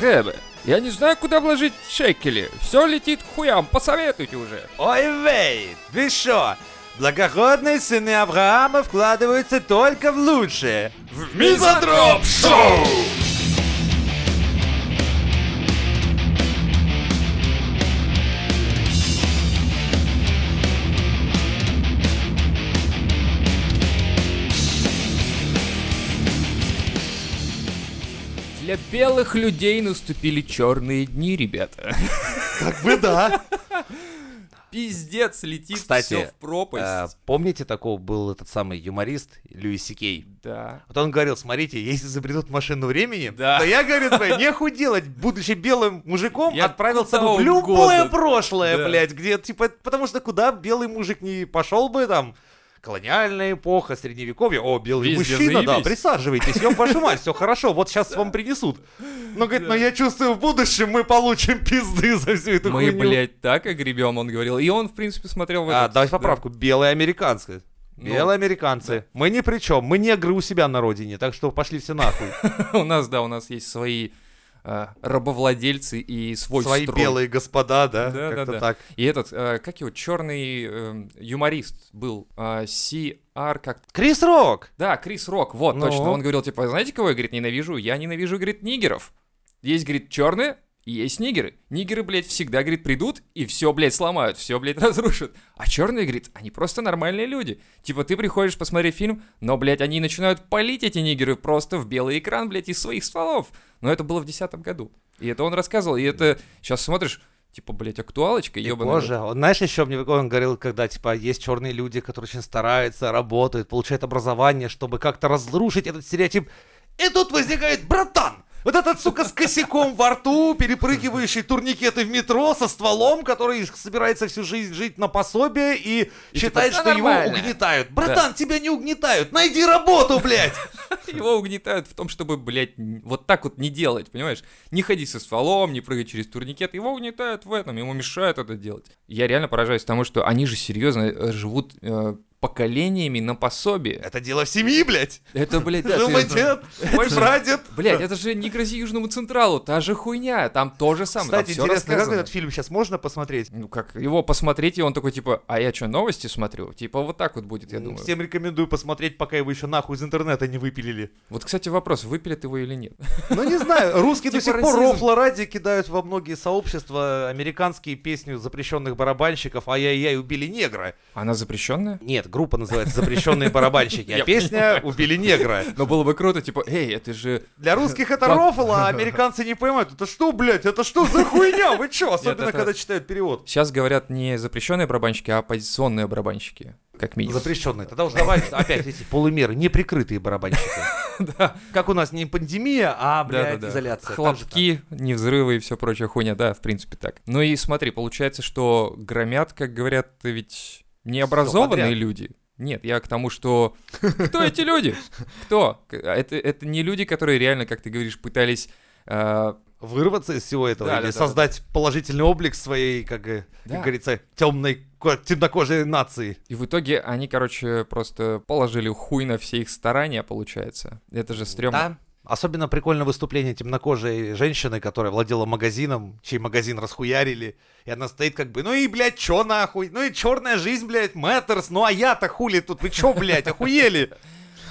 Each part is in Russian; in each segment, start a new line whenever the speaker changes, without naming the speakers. Гена, я не знаю, куда вложить шекели. Все летит к хуям, посоветуйте уже.
Ой, вей, вы шо? Благородные сыны Авраама вкладываются только в лучшее. В
Мизантроп
Шоу!
Для белых людей наступили черные дни, ребята.
Как бы да.
Пиздец, летит
Кстати,
все в пропасть.
Э, Помните, такого был этот самый юморист Льюис Сикей?
Да.
Вот он говорил, смотрите, если изобретут машину времени,
Да.
то я, говорит, блядь, неху делать, будучи белым мужиком,
Я
отправился
куда
бы в любое
угодно.
прошлое,
Да.
блядь, где, типа, потому что куда белый мужик не пошел бы, там, колониальная эпоха, средневековье, о, белый
Везде
мужчина, да,
заебись.
присаживайтесь, ёб вашу мать, все хорошо, вот сейчас вам принесут. Но, говорит, но я чувствую, в будущем мы получим пизды за всю эту
Мы,
хуйню.
блядь, так огребем, он говорил. И он, в принципе, смотрел в
А,
этот-
давай
да.
поправку. Белые американцы.
Ну,
Белые американцы. Мы ни при чем. Мы негры у себя на родине, так что пошли все нахуй.
У нас, да, у нас есть свои э, рабовладельцы и свой
Свои
строй.
белые господа, да?
Да,
Как-то
да, да.
так.
И этот, э, как его, черный э, юморист был, э, CR как...
Крис Рок!
Да, Крис Рок, вот,
Ну.
точно. Он говорил, типа, знаете, кого я, говорит, ненавижу? Я ненавижу, говорит, нигеров. Есть, говорит, черные, и есть нигеры. Нигеры, блядь, всегда, говорит, придут и все, блядь, сломают, все, блядь, разрушат. А черные, говорит, они просто нормальные люди. Типа, ты приходишь посмотреть фильм, но, блядь, они начинают палить эти нигеры просто в белый экран, блядь, из своих стволов. Но это было в десятом году. И это он рассказывал, и это сейчас смотришь, типа, блядь, актуалочка,
И
ебаная.
Боже, он, знаешь, еще мне он говорил, когда, типа, есть черные люди, которые очень стараются, работают, получают образование, чтобы как-то разрушить этот стереотип. И тут возникает братан! Вот этот, сука, с косяком во рту, перепрыгивающий турникеты в метро со стволом, который собирается всю жизнь жить на пособие и,
И
считает,
типа,
что
«Да нормально».
его угнетают. Братан, тебя не угнетают! Найди работу, блядь!
Его угнетают в том, чтобы, блядь, н- вот так вот не делать, понимаешь? Не ходить со стволом, не прыгать через турникет. Его угнетают в этом, ему мешают это делать. Я реально поражаюсь тому, что они же серьезно э, живут э, поколениями на пособие.
Это дело семьи, блядь!
Это, блядь, да,
Жил
ты-
мой дед, мой
Ты-
прадед.
Блядь, это же не грози Южному Централу, та же хуйня, там то же самое. там
Кстати,
всё
интересно, как
рассказано.
этот фильм сейчас можно посмотреть?
Ну как, его посмотреть, и он такой, типа, а я что, новости смотрю? Типа, вот так вот будет, я
М,
думаю.
Всем рекомендую посмотреть, пока его еще нахуй из интернета не выпилили.
Вот, кстати, вопрос, выпилят его или нет?
Ну не знаю, русские до
Типа
сих пор
расизм.
рофла ради кидают во многие сообщества американские песню запрещенных барабанщиков «Ай-яй-яй, убили негра».
Она запрещенная?
Нет, группа называется «Запрещенные барабанщики», а
Я
песня «Убили негра».
Но было бы круто, типа, эй, это же
Для русских это
Так.
рофл, а американцы не поймают. Это что, блядь, это что за хуйня? Вы чё? Особенно,
это-
когда читают перевод.
Сейчас говорят не запрещенные барабанщики, а оппозиционные барабанщики, как минимум.
Запрещенные. Тогда уже давай опять эти полумеры, неприкрытые барабанщики.
Да.
Как у нас не пандемия, а, блядь,
Да-да-да.
изоляция. Там же так.
Хлопки, не взрывы и все прочая хуйня, да, в принципе так. Ну и смотри, получается, что громят, как говорят, ведь необразованные
подряд.
люди. Нет, я к тому, что... Кто эти люди? Кто? К- а Это, это не люди, которые реально, как ты говоришь, пытались... э,
вырваться из всего этого
Да,
или
да, да,
создать положительный облик своей, как, э,
Да.
как говорится, темной, ко- темнокожей нации.
И в итоге они, короче, просто положили хуй на все их старания, получается. Это же стрёмно.
Да. Особенно прикольно выступление темнокожей женщины, которая владела магазином, чей магазин расхуярили. И она стоит как бы, ну и, блядь, чё нахуй? Ну и черная жизнь, блядь, Мэттерс, ну а я-то хули тут, вы чё, блядь, охуели?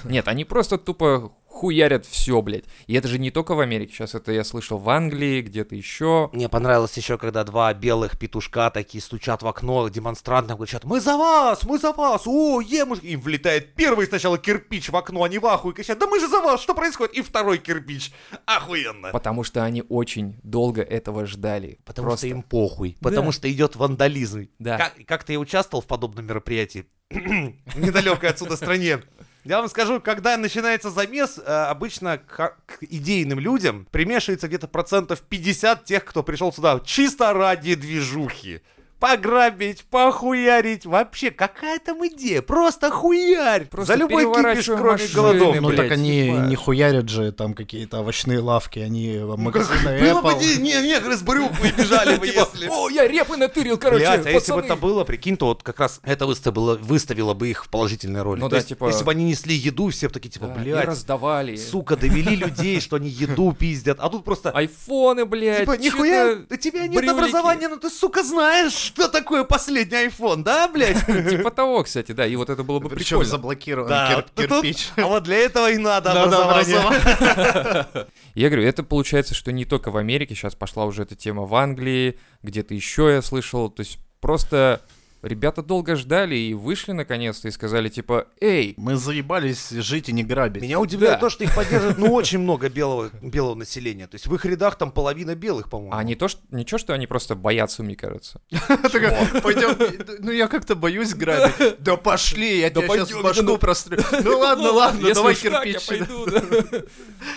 Нет, они просто тупо хуярят все, блядь. И это же не только в Америке. Сейчас это я слышал в Англии, где-то еще.
Мне понравилось еще, когда два белых петушка такие стучат в окно демонстрантам, кричат «Мы за вас! Мы за вас! О, е, муж-» Им влетает первый сначала кирпич в окно, они в ахуе кричат «Да мы же за вас! Что происходит?» И второй кирпич. Охуенно!
Потому что они очень долго этого ждали.
Потому
Просто.
что им похуй.
Да.
Потому что идет вандализм.
Да.
Как, как-то я участвовал в подобном мероприятии в недалекой отсюда стране. Я вам скажу, когда начинается замес, э, обычно к, к идейным людям примешивается где-то процентов 50 тех, кто пришел сюда чисто ради движухи. пограбить, похуярить. Вообще, какая там идея? Просто хуярь!
Просто
За любой кипиш,
переворачиваем
кроме
машины,
голодовки.
Ну,
Ну
блядь,
так они
типа.
не хуярят же там какие-то овощные лавки, они в магазины
Было бы
Apple.
не, не, негры с брюк и бежали бы,
Типа,
если...
о, я репы натырил, короче,
Блядь, а если бы
пацаны».
это было, прикинь, то вот как раз это выставило, выставило бы их в положительной роли.
Ну
То
да,
есть,
типа-
Если бы они несли еду, все бы такие, типа,
Да, и
блядь,
раздавали.
сука, довели людей, что они еду пиздят. А тут просто,
Айфоны, блядь,
типа, нихуя,
чё-то
у тебя нет
брюлики.
образования, но ты, сука, знаешь, что такое последний айфон, да, блядь?
Типа того, кстати, да, и вот это было бы
Причем
прикольно.
заблокирован
Да,
кир-
вот тут-
кирпич.
А вот для этого и надо
Надо
образование.
образование.
Я говорю, это получается, что не только в Америке, сейчас пошла уже эта тема в Англии, где-то еще я слышал, то есть просто ребята долго ждали и вышли наконец-то и сказали типа, эй,
Мы заебались жить и не грабить.
Меня удивляет
Да.
то, что их поддерживает, ну, очень много белого, белого населения. То есть в их рядах там половина белых, по-моему.
а не то, что, ничего, что они просто боятся, мне кажется.
Такая, «Пойдём, ну я как-то боюсь грабить. Да пошли, я
Да
тебе сейчас
пойдём,
башку
ну-
прострелю. Ну ладно, ладно,
Если
давай
уж так, я
кирпич. да.
пойду, да.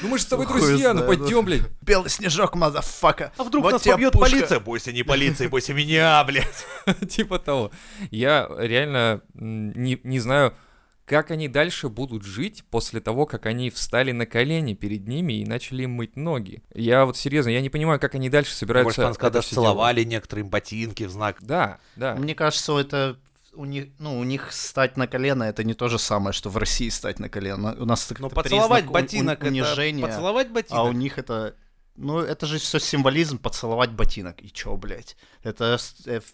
Ну мы же с тобой
Хуй
друзья, ну
знает, да.
пойдем, блядь.
Белый снежок, мазафака.
А вдруг
Вот
нас
тебе
побьет
пушка.
полиция? Бойся не полиции, бойся меня, блядь.
Типа того. Я реально м, не, не знаю, как они дальше будут жить после того, как они встали на колени перед ними и начали им мыть ноги. Я вот серьезно, я не понимаю, как они дальше собираются...
Может, он
это
когда
всё делать.
целовали некоторым ботинки в знак.
Да, да.
Мне кажется, это у них, ну, у них стать на колено это не то же самое, что в России стать на колено. У нас
Но
это
Ну, поцеловать
признак Ну, у-
ботинок
у- унижения,
это... Поцеловать ботинок?
а у них это, ну, это же все символизм поцеловать ботинок. И чё, блядь? Это с- э, в-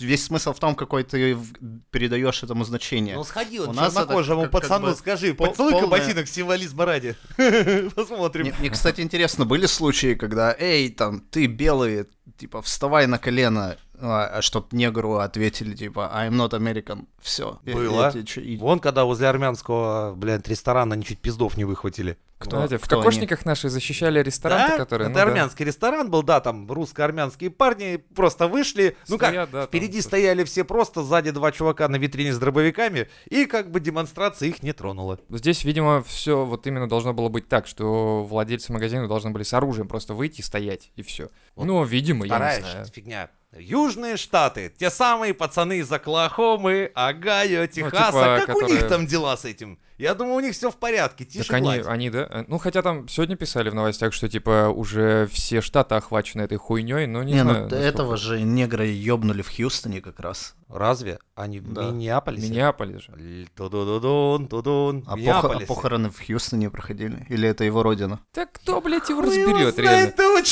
весь смысл в том, какой ты в- передаешь этому значение.
Ну сходи
У
вот
нас это
чернокожему
как- как
пацану,
бы
ну, скажи,
пол-
поцелуй-ка
полная-
ботинок символизма ради. Посмотрим.
Мне, мне, кстати, интересно, были случаи, когда, эй, там, ты белый, типа, вставай на колено, а, а чтоб негру ответили, типа, I'm not American, все.
Было. Вон, когда возле армянского, блядь, ресторана они чуть пиздов не выхватили.
Кто-
Знаете, в
кто они?
кокошниках наши защищали рестораны, которые...
Это
ну да,
армянский ресторан был, да, там русско-армянские парни просто вышли. Ну как,
стоят, да, там
впереди
просто.
стояли все просто, сзади два чувака на витрине с дробовиками, и как бы демонстрация их не тронула.
Здесь, видимо, все вот именно должно было быть так, что владельцы магазина должны были с оружием просто выйти, стоять и все.
Вот
Ну, видимо, я
Вторая
не знаю.
ш- фигня. Южные штаты, те самые пацаны из Оклахомы, Агайо, Техаса.
типа,
как у
которые-
них там дела с этим? Я думаю, у них все в порядке. Тише
Так они,
гладь.
они, да? э, Ну, хотя там сегодня писали в новостях, что, типа, уже все штаты охвачены этой хуйней, но не,
Не, ну
знаю.
до
насколько.
этого же негра ёбнули в Хьюстоне как раз.
а-
Разве? Они в
Да.
Миннеаполисе?
Миннеаполис же.
Л- ту-ду-ду-дун, ту-дун.
А, пох- а
Миннеаполисе.
похороны в Хьюстоне проходили? Или это его родина?
Так кто, блядь, его
Хуй его
разберет, реально?
Ну, знает этого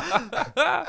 черномаза.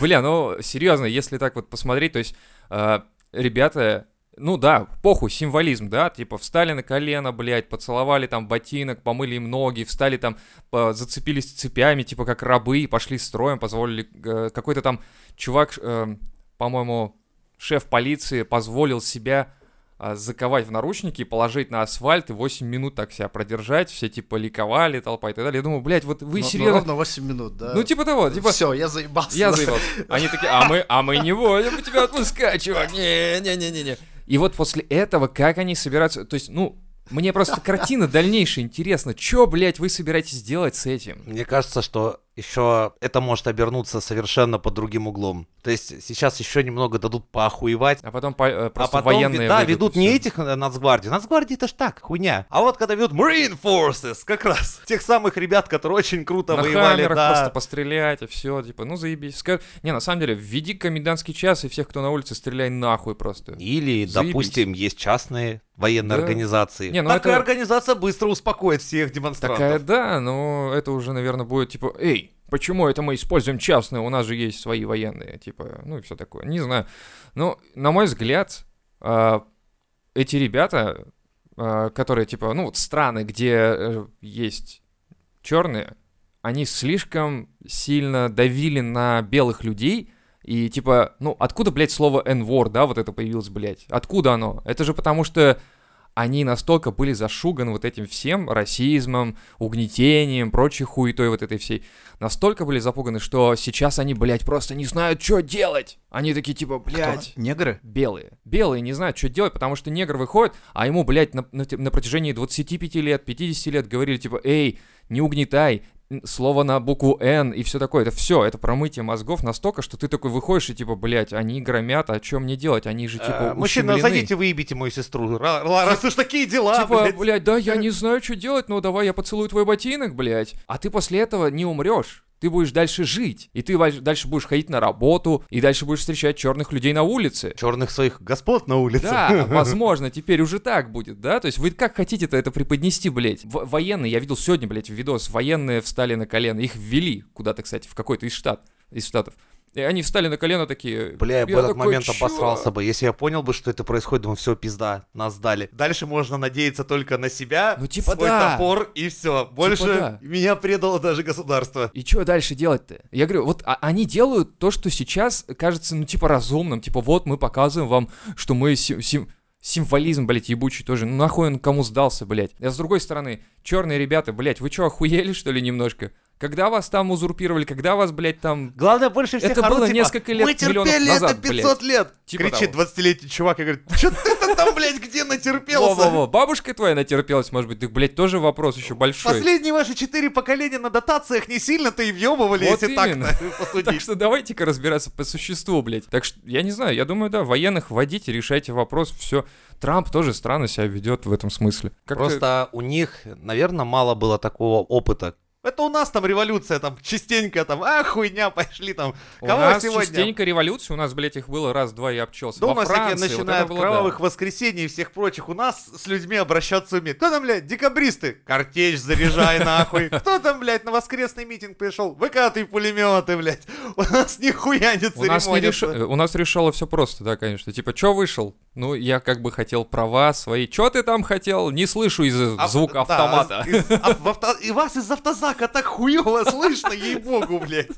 Бля, ну, серьезно, если так вот посмотреть, то есть, э, ребята, ну да, похуй, символизм, да, типа встали на колено, блядь, поцеловали там ботинок, помыли им ноги, встали там, э, зацепились цепями, типа как рабы, и пошли строем, позволили, э, какой-то там чувак, э, по-моему, шеф полиции позволил себя а, заковать в наручники и положить на асфальт и 8 минут так себя продержать, все типа ликовали, толпа и так далее. Я думаю, блядь, вот вы
Ну, ну,
серьезно...
ровно 8 минут, да.
ну типа того, типа...
Все, я заебался.
Я
да.
заебался. Они такие, а мы, а мы не будем тебя отпускать, чувак. Не-не-не-не-не. И вот после этого, как они собираются... То есть, ну, мне просто картина дальнейшая интересна. Чё, блядь, вы собираетесь делать с этим?
Мне кажется, что еще это может обернуться совершенно под другим углом. То есть сейчас еще немного дадут поохуевать,
А потом по- э, просто
а потом,
военные
вед- да,
выйдут и
ведут не
всё.
этих э, нацгвардии. Нацгвардии это ж так, хуйня. А вот когда ведут Marine Forces, как раз. Тех самых ребят, которые очень круто
на
воевали,
хаммерах
да.
просто пострелять и все, типа, ну заебись. Ска- Не, на самом деле, введи комендантский час и всех, кто на улице, стреляй нахуй просто.
Или,
Заебись.
допустим, есть частные военные
Да.
организации.
Не, ну
Такая
это-
организация быстро успокоит всех демонстрантов.
Такая, да, но это уже, наверное, будет типа, эй, почему это мы используем частные, у нас же есть свои военные, типа, ну и все такое, не знаю. Но, на мой взгляд, а, эти ребята, а, которые, типа, ну вот страны, где э, есть черные, они слишком сильно давили на белых людей, и типа, ну откуда, блядь, слово n да, вот это появилось, блядь? Откуда оно? Это же потому что они настолько были зашуганы вот этим всем расизмом, угнетением, прочей хуетой вот этой всей. Настолько были запуганы, что сейчас они, блядь, просто не знают, что делать. Они такие типа,
Кто?
блядь,
Негры?
белые. Белые не знают, что делать, потому что негр выходит, а ему, блядь, на, на те- на протяжении 25 лет, 50 лет говорили, типа, эй, не угнетай, н- слово на букву «Н» и все такое. Это все, это промытие мозгов настолько, что ты такой выходишь и типа, блядь, они громят, а чем мне делать? Они же типа
Э, Мужчина,
ущемлены».
зайдите, выебите мою сестру. Ра- ла- Раз уж такие дела,
Типа,
блядь.
блядь. да, я не знаю, что делать, но давай я поцелую твой ботинок, блядь. А ты после этого не умрешь. Ты будешь дальше жить. И ты валь- дальше будешь ходить на работу, и дальше будешь встречать черных людей на улице.
Черных своих господ на улице.
Да, возможно, теперь уже так будет, да? То есть вы как хотите-то это преподнести, блядь? В- военные, я видел сегодня, блядь, видос, военные встали на колено, их ввели куда-то, кстати, в какой-то из штат, из штатов. И они встали на колено такие...
Бля, я бы
я
в этот
такой,
момент
«Чё?»
обосрался бы. Если я понял бы, что это происходит, думаю, все, пизда, нас сдали. Дальше можно надеяться только на себя,
Ну, типа
свой
да. Типа
топор и все. Больше
да.
меня предало даже государство.
И что дальше делать-то? Я говорю, вот а- они делают то, что сейчас кажется, ну, типа, разумным. Типа, вот мы показываем вам, что мы сим- сим- символизм, блядь, ебучий тоже. Ну, нахуй он кому сдался, блядь. А с другой стороны, черные ребята, блядь, вы что, охуели, что ли, немножко? Когда вас там узурпировали, когда вас, блядь, там...
Главное, больше всех
Это
орут,
было
типа,
несколько лет,
Мы
миллионов
терпели
назад,
это 500 лет.
Типа
Кричит
того.
20-летний чувак и говорит, что ты-то там, блядь, где натерпелся?
Во-во-во, бабушка твоя натерпелась, может быть, так, блядь, тоже вопрос еще большой.
Последние ваши четыре поколения на дотациях не сильно-то и въебывали,
Вот
если
именно.
так
Так
посудить.
что давайте-ка разбираться по существу, блядь. Так что, я не знаю, я думаю, да, военных вводите, решайте вопрос, все. Трамп тоже странно себя ведет в этом смысле. Как-то-
Просто у них, наверное, мало было такого опыта. Это у нас там революция, там частенько там, а хуйня, пошли там.
У
Кого
нас
сегодня?
частенько революция, у нас, блядь, их было раз-два и обчелся.
Дома
Во
всякие,
Франции, вот
начиная
это
от
было, да.
кровавых воскресений и всех прочих, у нас с людьми обращаться умеют. Кто там, блядь, декабристы? Картечь заряжай нахуй. Кто там, блядь, на воскресный митинг пришел? Выкатывай пулеметы, блядь. У нас нихуя не
У нас, не реш-
церемонится.
э, у нас решало все просто, да, конечно. Типа, чё вышел? Ну, я как бы хотел права свои. Чё ты там хотел? Не слышу из
Ав-
звука
А, да,
автомата.
из- ав- в авто- И вас из автозака так хуево слышно, ей-богу, блядь.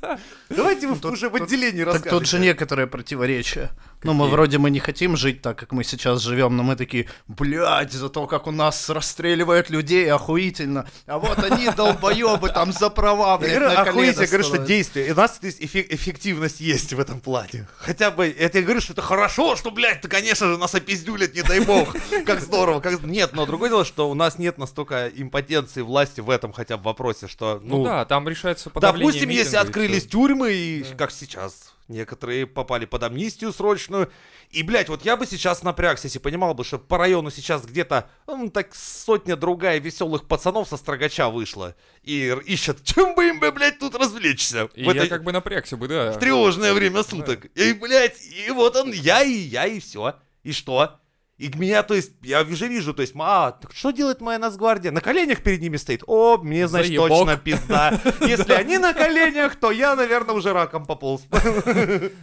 Давайте вы
Тут-
уже в
тут-
отделении
Так тут же
расскажете.
некоторые противоречия. Ну, мы
Какие?
вроде мы не хотим жить так, как мы сейчас живем, но мы такие, блядь, за то, как у нас расстреливают людей, охуительно. А вот они, долбоебы, там за права, блядь,
Я
на
говорю, охуеть,
колено
я говорю, что
становятся.
действие. И у нас здесь эффе- эффективность есть в этом плане. Хотя бы, это я говорю, что это хорошо, что, блядь, ты, конечно же, нас опиздюлят, не дай бог. Как здорово. Как... Нет, но другое дело, что у нас нет настолько импотенции власти в этом хотя бы вопросе, что,
Ну, да, там решается подавление
Допустим, если
митинга и всё.
открылись тюрьмы, и
Да.
как сейчас, некоторые попали под амнистию срочную. И, блядь, вот я бы сейчас напрягся, если понимал бы, что по району сейчас где-то м, так сотня другая веселых пацанов со строгача вышла. И р- ищет, чем бы им, бы, блядь, тут развлечься.
И
в
я
этой
как бы напрягся бы, да.
тревожное время суток. И, блядь, и вот он, я, и я, и все. И что? И меня, то есть, я уже вижу, то есть, а, так что делает моя Нацгвардия? На коленях перед ними стоит. О, мне, значит,
Заебок.
точно пизда. Если они на коленях, то я, наверное, уже раком пополз.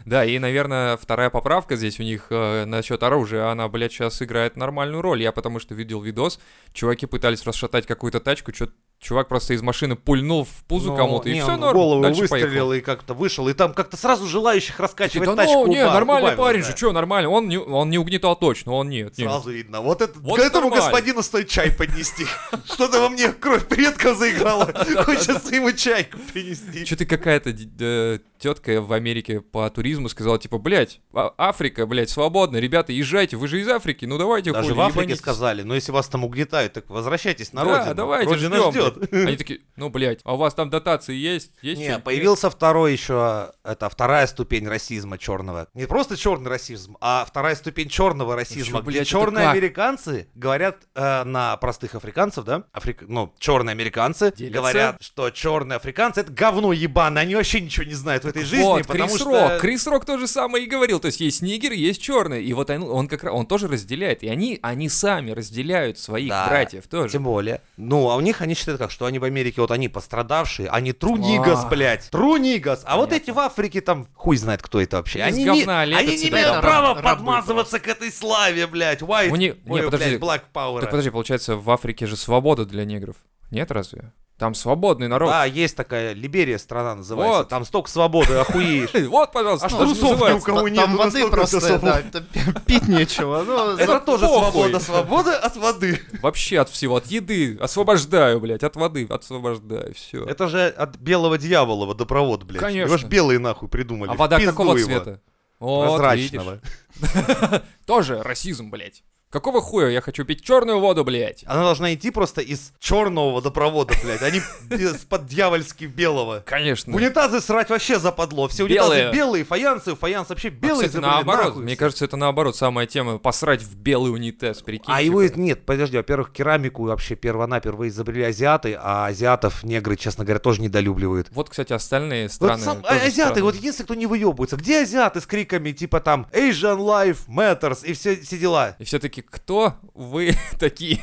Да, и, наверное, вторая поправка здесь у них э, насчет оружия, она, блядь, сейчас играет нормальную роль. Я потому что видел видос, чуваки пытались расшатать какую-то тачку, чё- чувак просто из машины пульнул в пузо
Ну,
кому-то, и
не,
все
он в
норм,
голову
дальше
выстрелил
поехал.
и как-то вышел, и там как-то сразу желающих раскачивать
Да
тачку
ну, не,
уба-
нормальный
убавилось,
парень
да.
же, что нормально, он не, он не угнетал точно, он нет. нет.
Сразу видно. Вот, это,
Вот
к этому
нормально.
господину стоит чай поднести. Что-то во мне кровь предков заиграла. Хочется ему чайку принести.
Что-то какая-то тетка в Америке по туризму сказала, типа, блядь, А- Африка, блядь, свободна, ребята, езжайте, вы же из Африки, ну давайте,
Даже
хули,
в Африке
ебанитесь».
сказали, ну если вас там угнетают, так возвращайтесь на
Да,
родину.
давайте,
Родина
ждём,
ждет.
блядь. Они такие, ну, блядь, а у вас там дотации есть? есть
Не,
что-нибудь?
появился второй еще, это вторая ступень расизма черного. Не просто черный расизм, а вторая ступень черного расизма,
чё,
где
блядь, это
черные
как?
американцы говорят э, на простых африканцев, да? Африк- Ну, черные американцы
Делятся.
говорят, что черные африканцы это говно ебаное, они вообще ничего не знают в этой жизни,
вот,
потому
Крис
что...
Рок. Крис Рок то же самое и говорил. То есть есть нигер, есть черный. И вот он, он как раз, он тоже разделяет. И они, они сами разделяют своих
Да.
братьев тоже.
Тем более. Ну, а у них они считают как, что они в Америке, вот они пострадавшие, они трунигас,
А.
блядь, трунигас. А вот эти в Африке там, хуй знает, кто это вообще.
Из
Они не,
говна
они
лепят
не
себя,
имеют
да.
права
Рабы
подмазываться к этой славе, блядь. White,
У них-
ой,
не, подожди.
блядь, black power.
Так подожди, получается, в Африке же свобода для негров. Нет, разве? Там свободный народ.
Да, есть такая Либерия страна называется,
Вот.
там столько свободы, охуеешь.
Э, Вот, пожалуйста,
А
ну,
что
даже
трусов не у
называется.
кого
Та-
нет,
Там
ну,
воды
настолько
просто,
особо.
да, там пи- пить нечего. Ну,
Это тоже
похуй.
свобода, свобода от воды.
Вообще от всего, от еды. Освобождаю, блядь, от воды освобождаю, все.
Это же от белого дьявола водопровод, блядь.
Конечно.
Его ж белые нахуй придумали.
А
в
вода
пизду
какого
его.
цвета? Вот, видишь.
Прозрачного.
Тоже расизм, блядь. Какого хуя я хочу пить черную воду, блядь?
Она должна идти просто из черного водопровода, блядь, а не из-под дьявольски белого. В
Конечно.
унитазы срать вообще западло. Все унитазы
Белые.
белые, фаянсы, фаянс вообще
А,
белый.
кстати, наоборот, мне кажется, это наоборот самая тема, посрать в белый унитаз, прикинь.
А
типа.
его из- нет, подожди, во-первых, керамику вообще первонаперво изобрели азиаты, а азиатов негры, честно говоря, тоже недолюбливают.
Вот, кстати, остальные
Вот
страны.
сам- а-
тоже
азиаты,
странные.
вот единственное, кто не выебывается. Где азиаты с криками типа там Asian Life Matters и все, все дела?
И все таки кто вы такие?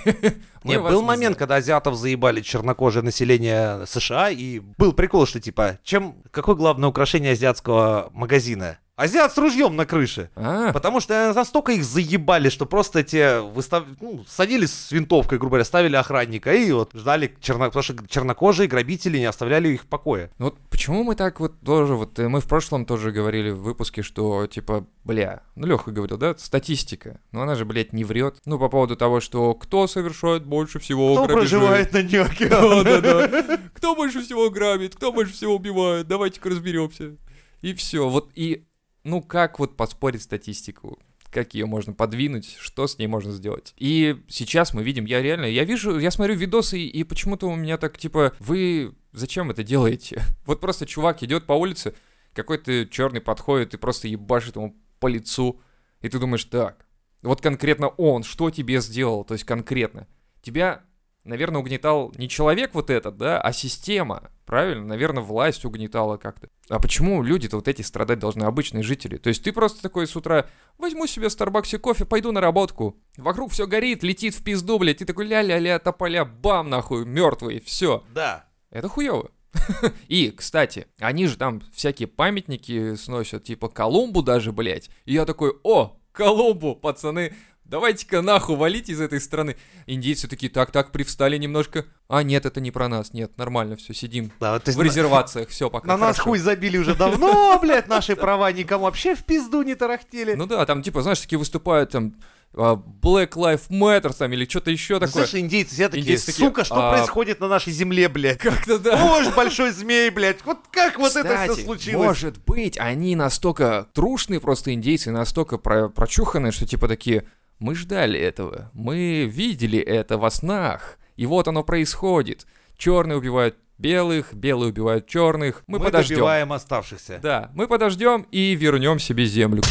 Мы
Нет,
вас
был
не
момент, когда азиатов заебали чернокожее население США, и был прикол, что типа, чем, какое главное украшение азиатского магазина? Азиат с ружьем на крыше.
знаем. А,
Потому что настолько их заебали, что просто те выстав... ну, садились с винтовкой, грубо говоря, ставили охранника и вот ждали, черно... потому что чернокожие грабители не оставляли их в покое.
ну вот почему мы так вот тоже, вот э, мы в прошлом тоже говорили в выпуске, что, типа, бля, ну Леха говорил, да, статистика, но она же, блядь, не врет. Ну, по поводу того, что кто совершает больше всего
Кто
грабежей.
проживает на Нью-Йорке?
Да-да-да. Кто больше всего грабит, кто больше всего убивает, давайте-ка разберемся. И все. Вот и, ну как вот поспорить статистику? Как ее можно подвинуть, что с ней можно сделать? И сейчас мы видим, я реально, я вижу, я смотрю видосы, и, и почему-то у меня так типа, вы зачем это делаете? Вот просто чувак идет по улице, какой-то черный подходит и просто ебашит ему по лицу, и ты думаешь, так, вот конкретно он, что тебе сделал, то есть конкретно. Тебя наверное, угнетал не человек вот этот, да, а система, правильно? Наверное, власть угнетала как-то. А почему люди-то вот эти страдать должны, обычные жители? То есть ты просто такой с утра, возьму себе в Старбаксе кофе, пойду на работку. Вокруг все горит, летит в пизду, блядь, ты такой ля-ля-ля, тополя, бам, нахуй, мертвый, все.
Да.
Это хуево. И, кстати, они же там всякие памятники сносят, типа Колумбу даже, блядь. И я такой, о, Колумбу, пацаны, давайте-ка нахуй валите из этой страны. Индейцы такие, так-так, привстали немножко. А, нет, это не про нас, нет, нормально, все, сидим.
Да, вот, то есть
В резервациях, все, пока.
на, на нас
хорошо».
хуй забили уже давно, блядь, наши права никому вообще в пизду не тарахтели.
Ну да, там, типа, знаешь, такие выступают, там, а, Black Life Matter, там, или что-то еще такое.
Слышишь, Ну, индейцы все такие,
Индейцы такие,
сука, что
а-
происходит на нашей земле, блядь?
Как-то да.
О, ж большой змей, блядь, вот как вот это
Кстати,
все случилось?
Может быть, они настолько трушные, просто индейцы, настолько про- прочуханные, что типа такие: мы ждали этого, мы видели это во снах, и вот оно происходит. Черные убивают белых, белые убивают черных. Мы,
Мы
подождем.
добиваем оставшихся.
Да, мы подождем и вернем себе землю.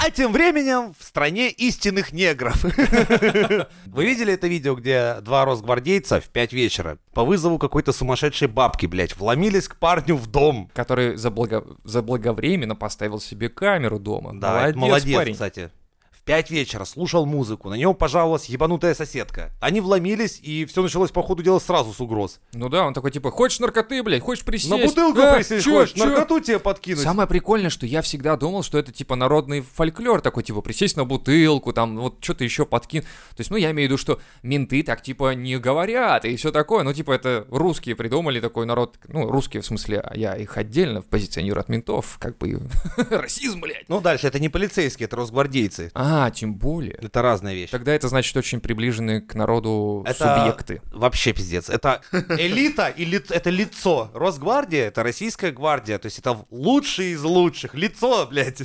А тем временем в стране истинных негров. Вы видели это видео, где два росгвардейца в 5 вечера по вызову какой-то сумасшедшей бабки, блядь, вломились к парню в дом?
Который заблаго- заблаговременно поставил себе камеру дома.
Да, это
молодец,
молодец,
парень.
кстати. В 5 вечера слушал музыку, на него пожаловалась ебанутая соседка. Они вломились, и все началось по ходу дела сразу с угроз.
Ну да, он такой типа, хочешь наркоты, блядь, хочешь присесть?
На бутылку
Да,
присесть
чё,
хочешь,
чё?»
наркоту тебе подкинуть.
Самое прикольное, что я всегда думал, что это типа народный фольклор такой, типа присесть на бутылку, там вот что-то еще подкин. То есть, ну, я имею в виду, что менты так типа не говорят и все такое. Ну, типа это русские придумали такой народ, ну, русские в смысле, а я их отдельно позиционирую от ментов, как бы расизм, блядь.
Ну дальше, это не полицейские, это росгвардейцы.
А, тем более.
Это разная вещь.
Тогда это значит очень приближены к народу
Это
субъекты.
Вообще пиздец. Это элита и ли- это лицо. Росгвардия это российская гвардия. То есть это лучший из лучших. Лицо, блядь.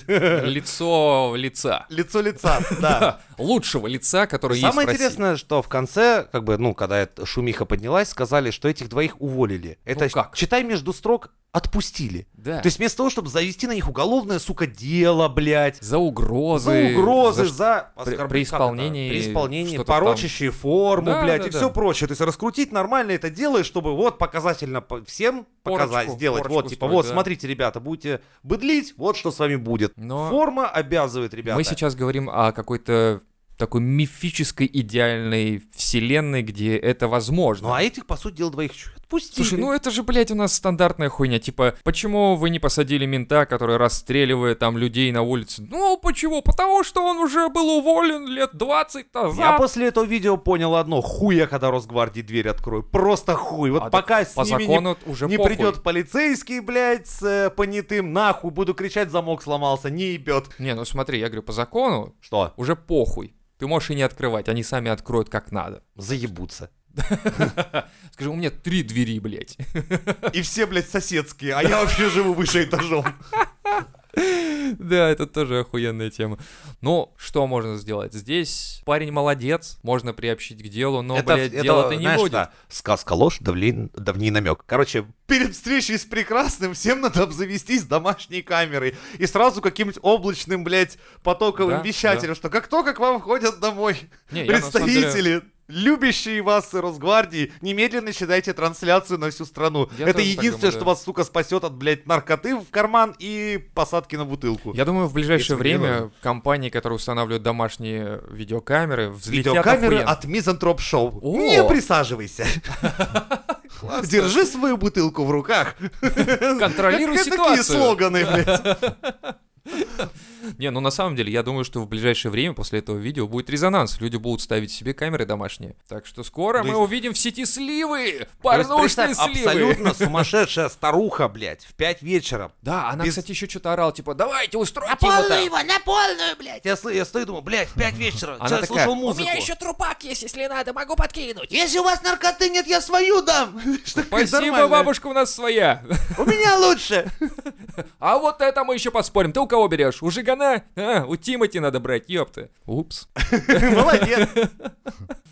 Лицо лица.
Лицо лица, да.
Лучшего лица, которое есть
Самое
в России.
интересное, что в конце, как бы, ну, когда эта шумиха поднялась, сказали, что этих двоих уволили. Это,
Ну как?
читай между строк, отпустили.
Да.
То есть вместо того, чтобы завести на них уголовное, сука, дело, блядь,
за угрозы.
за Ну, угрозы,
за
за,
при- при
оскорб- как это?
исполнении
при исполнении
что-то
порочащие форму,
Да,
блядь,
да,
и
да.
все прочее. То есть раскрутить нормально это дело, чтобы вот показательно по- всем показать,
Порочку,
сделать,
порочку
вот типа,
устроить,
вот
да.
смотрите, ребята, будете быдлить, вот что с вами будет.
Но-
Форма обязывает, ребята.
Мы сейчас говорим о какой-то такой мифической идеальной вселенной, где это возможно.
Ну а этих по сути дела двоих чё, отпустили.
Слушай, ну это же, блядь, у нас стандартная хуйня. Типа, почему вы не посадили мента, который расстреливает там людей на улице? Ну, почему? Потому что он уже был уволен лет 20
Я
назад.
после этого видео понял одно. Хуй я, когда Росгвардии дверь открою. Просто хуй. Вот
А
пока
так
с
по
ними не
закону уже
Не
похуй.
придет полицейский, блядь, с э, понятым, нахуй, буду кричать, замок сломался, не ебет.
Не, ну смотри, я говорю, по закону
Что?
уже похуй. Ты можешь и не открывать, они сами откроют как надо.
Заебутся.
Скажи, у меня три двери, блядь.
И все, блядь, соседские, а я вообще живу выше этажом.
Да, это тоже охуенная тема. Ну, что можно сделать? Здесь парень молодец, можно приобщить к делу, но, Ну, блядь, дело-то не
знаешь,
будет.
да, сказка ложь, давлин, давний намек. Короче, перед встречей с прекрасным всем надо обзавестись домашней камерой и сразу каким-нибудь облачным, блядь, потоковым
Да,
вещателем, что как только к вам входят домой
Не, я на самом деле-
представители, любящие вас и Росгвардии, немедленно считайте трансляцию на всю страну.
Я тоже
Это
так
единственное,
думаю,
что
да.
вас, сука, спасет от, блядь, наркоты в карман и посадки на бутылку.
Я думаю, в ближайшее
Если не
время компании, которые устанавливают домашние видеокамеры, взлетят
Видеокамеры
охуенно.
от Мизантроп Шоу.
О!
Не присаживайся. Держи свою бутылку в руках.
Контролируй
Как- как А, ну,
ситуацию.
Такие слоганы, блядь.
Не, ну на самом деле, я думаю, что в ближайшее время после этого видео будет резонанс. Люди будут ставить себе камеры домашние. Так что скоро
То
мы
есть-
увидим в сети сливы!
То есть,
Порнушные
представь,
сливы!
Абсолютно сумасшедшая старуха, блядь, в 5 вечера.
Да, она,
Без-
кстати, еще что-то орала, типа, давайте устроим
на полную, блядь. Я сто- я стою и думаю, блядь, в 5 вечера.
Она
Сейчас
такая,
слушал музыку.
трупак есть, если надо, могу подкинуть.
Если у вас наркоты нет, я свою дам. Что,
Спасибо,
нормально.
бабушка у нас своя.
У меня лучше.
А вот это мы еще поспорим. Ты у кого берешь? У Жигана? А, у Тимати надо брать, ёпты. Упс.
Молодец.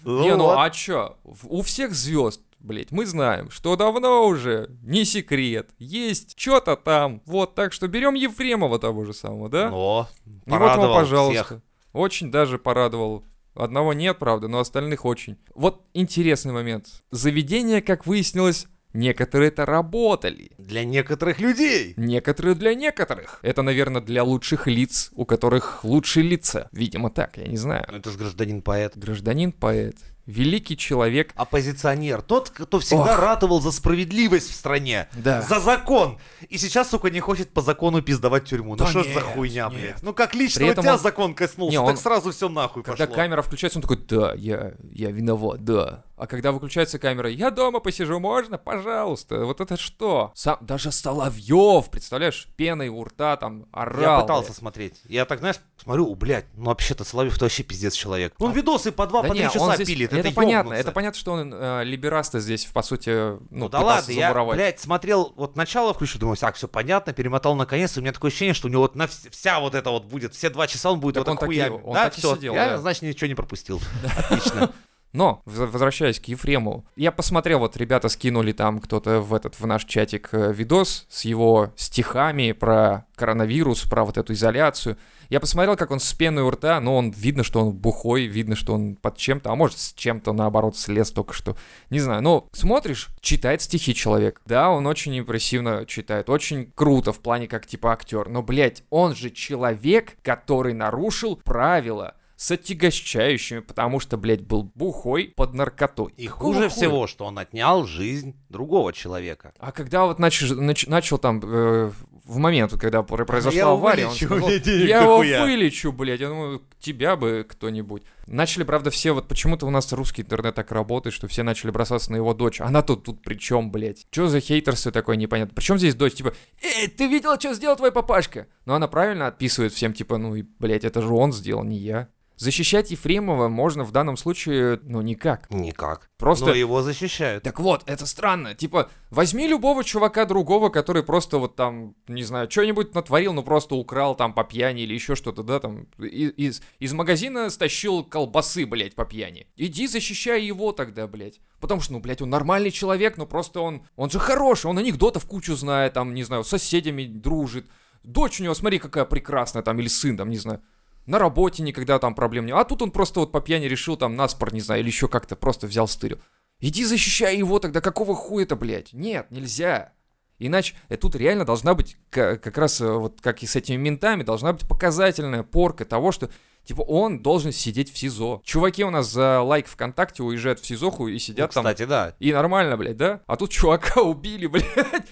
Не, ну
вот.
а чё? В- У всех звезд, блять, мы знаем, что давно уже не секрет. Есть чё то там. Вот, так что берем Ефремова того же самого, да? И
Ну,
вот вам,
порадовал
пожалуйста.
всех.
Очень даже порадовал. Одного нет, правда, но остальных очень. Вот интересный момент. Заведения, как выяснилось, некоторые-то работали.
Для некоторых людей.
Некоторые для некоторых. Это, наверное, для лучших лиц, у которых лучшие лица. Видимо, так, я не знаю.
Ну, это же гражданин поэт.
Гражданин-поэт, великий человек.
Оппозиционер. Тот, кто всегда
Ох.
ратовал за справедливость в стране.
Да.
За закон. И сейчас, сука, не хочет по закону пиздовать тюрьму.
Да
ну что ж
нет,
за хуйня,
нет.
блядь? Ну как лично
При
у
этом
тебя
он-
закон коснулся,
Не,
так
он-
сразу все нахуй
Когда
пошло.
камера включается, он такой, да, я, я виноват, да. А когда выключается камера, я дома посижу, можно? Пожалуйста. Вот это что? Сам, даже Соловьев, представляешь, пеной у рта там орал.
Я пытался смотреть. Я так, знаешь, смотрю, о, блядь, ну вообще-то Соловьев, ты вообще пиздец человек. Он
А.
видосы по два,
Да
по
не,
три
он
часа
здесь-
пилит.
Это,
Это,
понятно,
ёбнуться.
это понятно, что он э, либераста здесь, по сути, ну,
Ну, да
пытался
ладно, я,
замуровать.
блядь, смотрел, вот начало включу, думаю, так, все понятно, перемотал наконец, и у меня такое ощущение, что у него вот на вс- вся вот это вот будет, все два часа он будет
Так
вот
он так и-
хуями.
он
да,
так и
всё,
сидел,
я,
да.
значит, ничего не пропустил. Отлично.
Но, в- возвращаясь к Ефрему, я посмотрел, вот ребята скинули там кто-то в этот, в наш чатик э, видос с его стихами про коронавирус, про вот эту изоляцию. Я посмотрел, как он с пеной у рта, но он, видно, что он бухой, видно, что он под чем-то, а может, с чем-то, наоборот, слез только что. Не знаю, но смотришь, читает стихи человек. Да, он очень импрессивно читает, очень круто в плане как типа актер. Но, блядь, он же человек, который нарушил правила с отягощающими, потому что, блядь, был бухой под наркотой.
И
Какого хуя?
хуже всего, что он отнял жизнь другого человека.
А когда вот начал, нач- начал там, э, в момент, вот когда пр- произошла
его
авария, он
вылечу,
сказал,
у меня денег
я его
дохуя».
вылечу, блядь, я думаю, тебя бы кто-нибудь. Начали, правда, все, вот почему-то у нас русский интернет так работает, что все начали бросаться на его дочь. Она тут, тут при чем, блядь? Чё за хейтерство такое непонятно? Причем здесь дочь, типа, эй, ты видела, что сделал твой папашка? Но она правильно отписывает всем, типа, ну и, блядь, это же он сделал, не я. Защищать Ефремова можно в данном случае, ну, никак.
Никак.
Просто
Но его защищают.
так вот, это странно. Типа, возьми любого чувака другого, который просто вот там, не знаю, что-нибудь натворил, ну просто украл там по пьяни или еще что-то, да, там, и- из, из магазина стащил колбасы, блядь, по пьяни. Иди защищай его тогда, блядь. Потому что, ну, блядь, он нормальный человек, но просто он, он же хороший, он анекдотов кучу знает, там, не знаю, с соседями дружит. Дочь у него, смотри, какая прекрасная, там, или сын, там, не знаю. На работе никогда там проблем не... А тут он просто вот по пьяни решил там наспор, не знаю, или еще как-то просто взял стырил. Иди защищай его тогда, какого хуя-то, блядь? Нет, нельзя. Иначе э, тут реально должна быть, ка- как раз э, вот как и с этими ментами, должна быть показательная порка того, что типа он должен сидеть в СИЗО. Чуваки у нас за лайк ВКонтакте уезжают в СИЗОху и
Ну,
сидят там
Кстати, да.
и нормально, блядь, да? А тут чувака убили, блядь.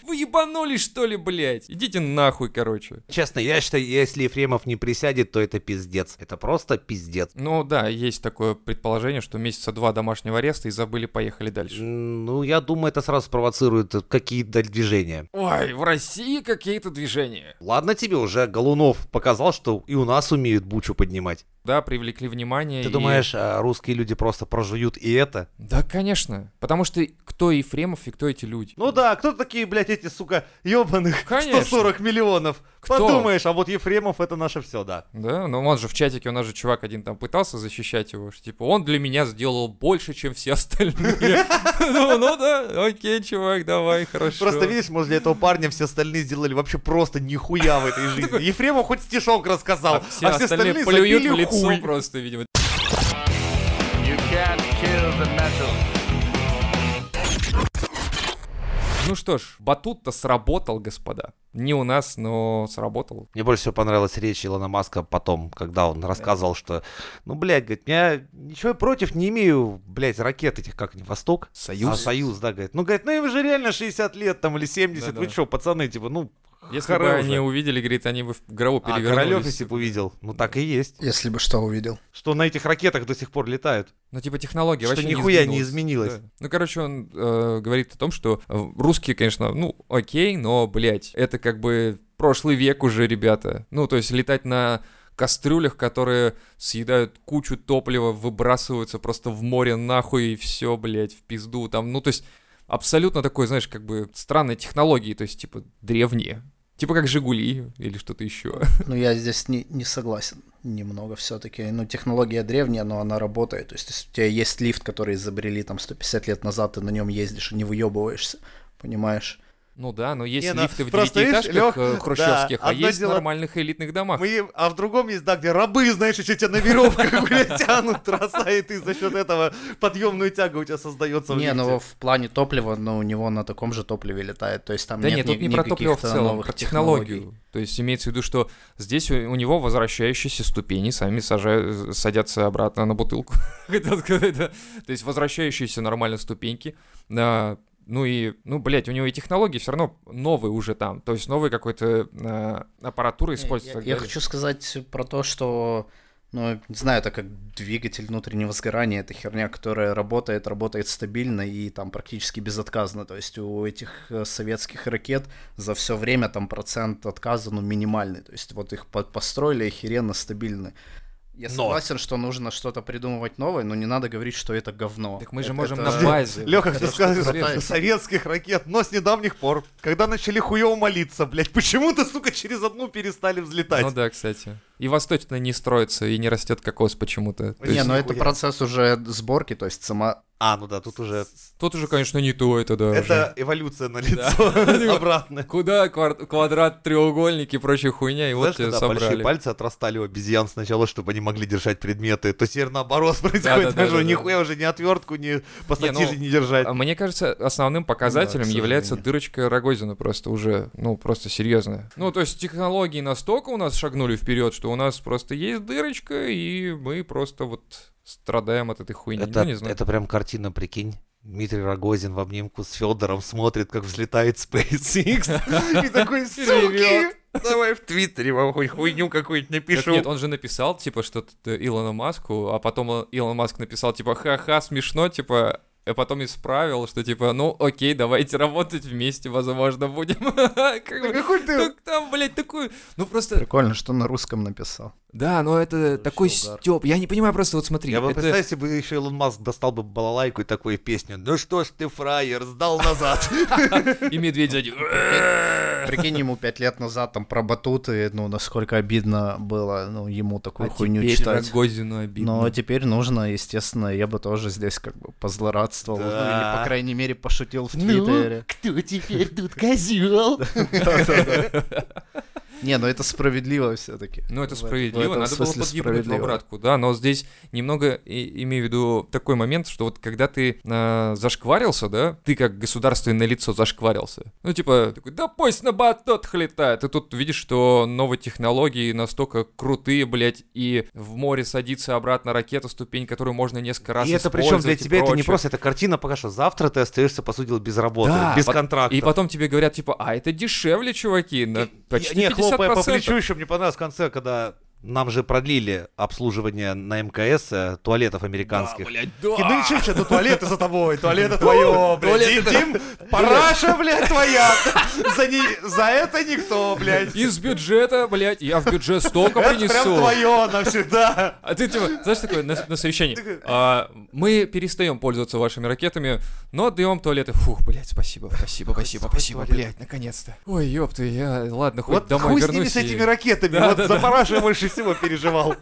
Вы ебанулись, что ли, блядь? Идите нахуй, короче.
Честно, я считаю, если Ефремов не присядет, то это пиздец. Это просто пиздец.
Ну да, есть такое предположение, что месяца два домашнего ареста и забыли, поехали дальше.
М, Ну, я думаю, это сразу спровоцирует э, какие-то движения.
Ой, в России какие-то движения.
Ладно тебе уже, Голунов показал, что и у нас умеют бучу поднимать.
да, привлекли внимание.
Ты
и-
думаешь, а, русские люди просто прожуют и это?
Да, конечно. Потому что кто Ефремов и кто эти люди?
Ну да, кто такие, блядь, эти, сука, ебаных
Конечно.
140 миллионов?
Кто?
Подумаешь, а вот Ефремов это наше все, да.
Да, но он же в чатике, у нас же чувак один там пытался защищать его, что типа он для меня сделал больше, чем все остальные. Ну ну да, окей, чувак, давай, хорошо.
Просто видишь, возле этого парня все остальные сделали вообще просто нихуя в этой жизни. Ефремов хоть стишок рассказал,
а все остальные плюют в
забили
лицо
хуй.
просто, видимо. Ну что ж, батут-то сработал, господа. Не у нас, но сработал.
Мне больше всего понравилась речь Илона Маска потом, когда он рассказывал, что, ну, блядь, говорит, я ничего против не имею, блядь, ракет этих, как они, Восток? А,
Союз.
Союз, да, говорит. Ну, говорит, ну им же реально 60 лет там или 70, вы
Да-да.
что, пацаны, типа, ну,
Если
хорэ
бы
уже.
они увидели, говорит, они бы в гробу
А Королёв,
перевернулись.
если бы увидел, ну так и есть.
Если бы что увидел.
Что на этих ракетах до сих пор летают.
Ну, типа технология
Что
вообще
нихуя не
изменилась.
изменилось.
Да. Ну, короче, он э, говорит о том, что э, русские, конечно, ну, окей, но, блядь, это как бы прошлый век уже, ребята. Ну, то есть летать на кастрюлях, которые съедают кучу топлива, выбрасываются просто в море нахуй и все, блядь, в пизду там. Ну, то есть абсолютно такой, знаешь, как бы странные технологии, то есть типа древние. Типа как «Жигули» или что-то еще.
Ну, я здесь не, не согласен немного все-таки. Ну, технология древняя, но она работает. То есть, если у тебя есть лифт, который изобрели там 150 лет назад, ты на нем ездишь и не выебываешься, понимаешь?
Ну да, но есть
Не, ну,
лифты в
просто, видишь,
девятиэтажках
Лёх,
э, хрущевских,
да,
а
одно
есть в
дело-
нормальных элитных домах.
Мы- а в другом есть, да, где рабы, знаешь, еще тебя на веревках, блядь, тянут, трасса, и ты за счет этого подъемную тягу у тебя создается в
не,
лифте.
ну, в плане топлива, ну, у него на таком же топливе летает. То есть, там
Да
нет,
нет,
ни-
тут не
ни
про топливо в
каких-то
целом, а
новых
про
технологий.
технологию. То есть имеется в виду, что здесь у, у него возвращающиеся ступени сами сажа- садятся обратно на бутылку. Хотел сказать, да. То есть возвращающиеся нормально ступеньки. А, ну и, ну, блядь, у него и технологии все равно новые уже там. То есть новые какой-то а, аппаратуры
Не,
используются. и
Э, Я,
так
я
далее.
хочу сказать про то, что, ну, не знаю, это как двигатель внутреннего сгорания, это херня, которая работает, работает стабильно и там практически безотказно. То есть у этих э, советских ракет за все время там процент отказа, ну, минимальный. То есть вот их по- построили охеренно стабильно. Я
Но.
согласен, что нужно что-то придумывать новое, но не надо говорить, что это говно.
Так мы же
Это-
можем
это-
на базе.
Леха,
Это
ты
что
сказал,
ты пытаешься?
советских ракет, но с недавних пор, когда начали хуево молиться, блядь, почему-то, сука, через одну перестали взлетать.
Ну да, кстати. И восточно не строится, и не растет кокос почему-то. То
Не, ну
есть
но это
нихуя.
процесс уже сборки, то есть сама
А, ну да, тут уже...
Тут уже, конечно, не то это, да. уже.
Это эволюция на лицо обратно.
Куда квар- квадрат, треугольник и прочая хуйня, и вот
Знаешь,
тебя
когда большие
собрали.
пальцы отрастали у обезьян сначала, чтобы они могли держать предметы, то теперь наоборот происходит,
Да-да-да-да-да.
даже нихуя уже ни отвертку, ни пассатижи
ну,
не держать.
А Мне кажется,
Ну
основным показателем
Да, к
является
сожалению.
дырочка Рогозина просто уже, ну, просто серьезная. Ну, то есть технологии настолько у нас шагнули вперед, что у нас просто есть дырочка, и мы просто вот страдаем от этой хуйни.
Это,
ну, не знаю.
это прям картина, прикинь. Дмитрий Рогозин в обнимку с Федором смотрит, как взлетает SpaceX. И такой, суки,
ревёт.
давай в Твиттере вам хоть хуйню какую-нибудь
Так
напишу.
нет, он же написал, типа, что-то Илону Маску, а потом он- Илон Маск написал, типа, ха-ха, смешно, типа, а потом исправил, что, типа, ну, окей, давайте работать вместе, возможно, будем. Как бы, ну,
Да какой ты...
так там, блядь, такую... Ну, просто
прикольно, что на русском написал.
Да, но это такой
угар.
стёб. Я не понимаю, просто вот смотри.
Я бы
это-
представь, если бы еще Илон Маск достал бы балалайку и такую песню. Ну что ж ты, фраер, сдал назад.
И медведь сзади.
Прикинь, ему пять лет назад там про батуты, ну, насколько обидно было ну, ему такую
А
хуйню
теперь
читать.
Рогозину обидно.
Но теперь нужно, естественно, я бы тоже здесь как бы позлорадствовал, ну,
Да.
или, по крайней мере, пошутил в
Ну,
Твиттере.
кто теперь тут козел?
Не, ну это справедливо все таки
Ну, это
в
справедливо,
этом
надо было
смысле
подъебнуть в
справедливо.
обратку, да, но здесь немного и- имею в виду такой момент, что вот когда ты э, зашкварился, да, ты как государственное лицо зашкварился, ну, типа, такой, да пусть на батот летает, и тут видишь, что новые технологии настолько крутые, блядь, и в море садится обратно ракета, ступень, которую можно несколько раз
И это причем для
использовать и
тебя это не
прочее.
просто, это картина пока что. Завтра ты остаешься, по сути дела, без работы,
Да,
без
пот-
контракта.
И потом тебе говорят, типа, а это дешевле, чуваки, на почти
не, хлопая по
50%.
плечу, еще мне понравилось в конце, когда Нам же продлили обслуживание на МКС э, туалетов американских.
Да, А, блядь,
И
да.
нынче что, ну туалеты за тобой, туалеты твое, блядь.
туалеты-
Едим, параша, блядь, твоя. За, не- за это никто, блядь.
Из бюджета, блядь, я в бюджет столько
Это прям
принесу.
твое навсегда.
А ты типа, знаешь, такое на, на совещании. «А, мы перестаем пользоваться вашими ракетами, но отдаем туалеты. Фух, блядь, спасибо, спасибо, спасибо, спасибо,
туалеты.
блядь, наконец-то. Ой, ёпты, я, ладно, хоть
Вот
домой
хуй с ними
вернусь.
с этими
и-
ракетами.
Да,
Вот
да,
за
да.
парашу я больше всего переживал.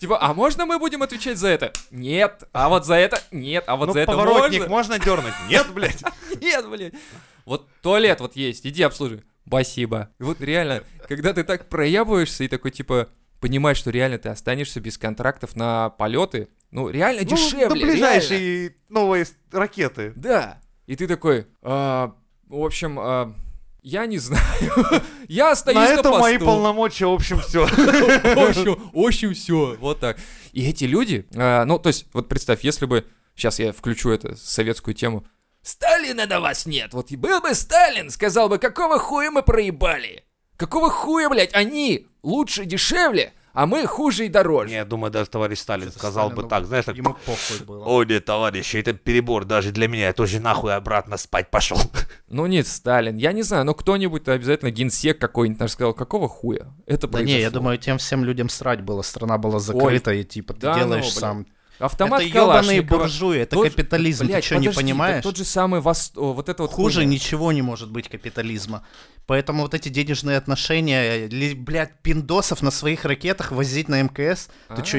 Типа, а можно мы будем отвечать за это? Нет. А вот за это? Нет. А вот
Ну,
за это
поворотник
можно?
можно дернуть? Нет, блядь.
Нет, блядь. Вот туалет вот есть, иди обслуживай. Спасибо. И Вот реально, когда ты так проебываешься и такой, типа, понимаешь, что реально ты останешься без контрактов на полеты, ну, реально
Ну,
дешевле.
до
реально.
ближайшие новые с- ракеты.
Да. И ты такой, «А, в общем, а, я не знаю. я остаюсь на,
На этом мои
посту».
полномочия, в общем, все.
В общем, в общем, все. Вот так. И эти люди, а, ну, то есть, вот представь, если бы, сейчас я включу это советскую тему, Сталина до вас нет. Вот и был бы Сталин, сказал бы, какого хуя мы проебали? Какого хуя, блядь, они лучше, дешевле, а мы хуже и дороже.
Я думаю, даже товарищ Сталин
Что-то
сказал бы
Сталину
так, знаешь, так...
Ему похуй было.
Ой, нет, товарищи, это перебор даже для меня. Я тоже нахуй обратно спать пошел.
Ну, нет, Сталин, я не знаю, но кто-нибудь обязательно генсек какой-нибудь наш сказал, какого хуя? Это
Да не, я
произошло».
думаю, тем всем людям срать было. Страна была закрыта, и типа ты
да ну,
делаешь
блин.
сам.
Автомат
это ебаные
Калашникова.
буржуи, это
Тот-
капитализм.
Блядь,
ты что, не
подожди,
понимаешь?
так Тот же самый вос- о, вот это вот
Хуже
хуйня.
ничего не может быть капитализма. Поэтому вот эти денежные отношения, ли- блядь, пиндосов на своих ракетах возить на МКС.
А. Ну,
Ты что,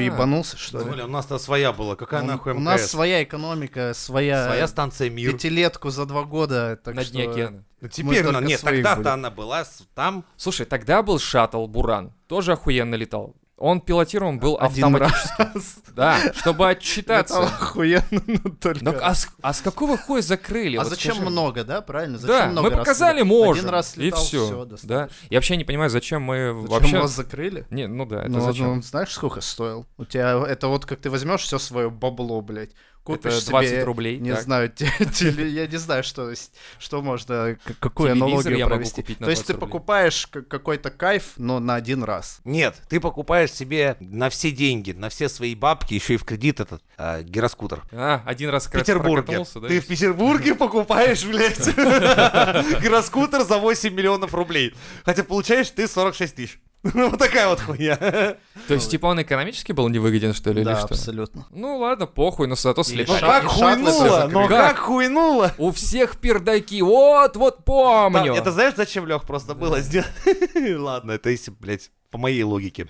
ебанулся, что ли?
у нас-то своя была. Какая
У-
нахуй
у нас своя экономика, своя,
Своя станция мир.
пятилетку за два года. Так
на дне
что-
океана.
Ну, Теперь,
Мы
она-
только
нет,
свои были.
тогда-то она была с- там.
Слушай, тогда был шаттл Буран, тоже охуенно летал. Он пилотируем был
Один
автоматически. Да, чтобы
Это
отчитаться.
охуенно, ну только.
Но а с, а с какого хуя закрыли?
А
Вот
зачем
скажи.
много, да, правильно? Зачем
Да,
много
мы
раз
показали,
летал?
можем.
Один раз летал,
и все.
всё, достаточно.
да. Я вообще не понимаю, зачем мы
Зачем
вообще...
вас закрыли?
Не, ну да, это
ну,
зачем?
ну, знаешь, сколько стоил? У тебя это вот как ты возьмешь все свое бабло, блядь, купишь
это 20
себе,
рублей.
не
так.
знаю, те- теле- я не знаю, что, с- что можно, к- какую
Телевизор
аналогию
я могу
провести.
купить на
То есть ты
20 рублей.
покупаешь к- какой-то кайф, но на один раз.
Нет, ты покупаешь себе на все деньги, на все свои бабки, еще и в кредит этот а, гироскутер.
А, один раз
В
кра-
Петербурге.
прокатнулся, да, и
Ты в
всё.
Петербурге покупаешь, блядь, гироскутер за 8 миллионов рублей. Хотя получаешь ты 46 тысяч. Ну, вот такая вот хуйня.
То есть, типа, он экономически был невыгоден, что ли, или
да,
что?
абсолютно.
Ну ладно, похуй, но зато
Ну,
слетал.
шаг-
как
и шаттлы все
хуйнуло, но
закрыли.
как хуйнуло.
У всех пердаки, вот-вот помню.
Да, Это знаешь, зачем, Лех, просто было сделать? Ладно, это если, блядь, по моей логике.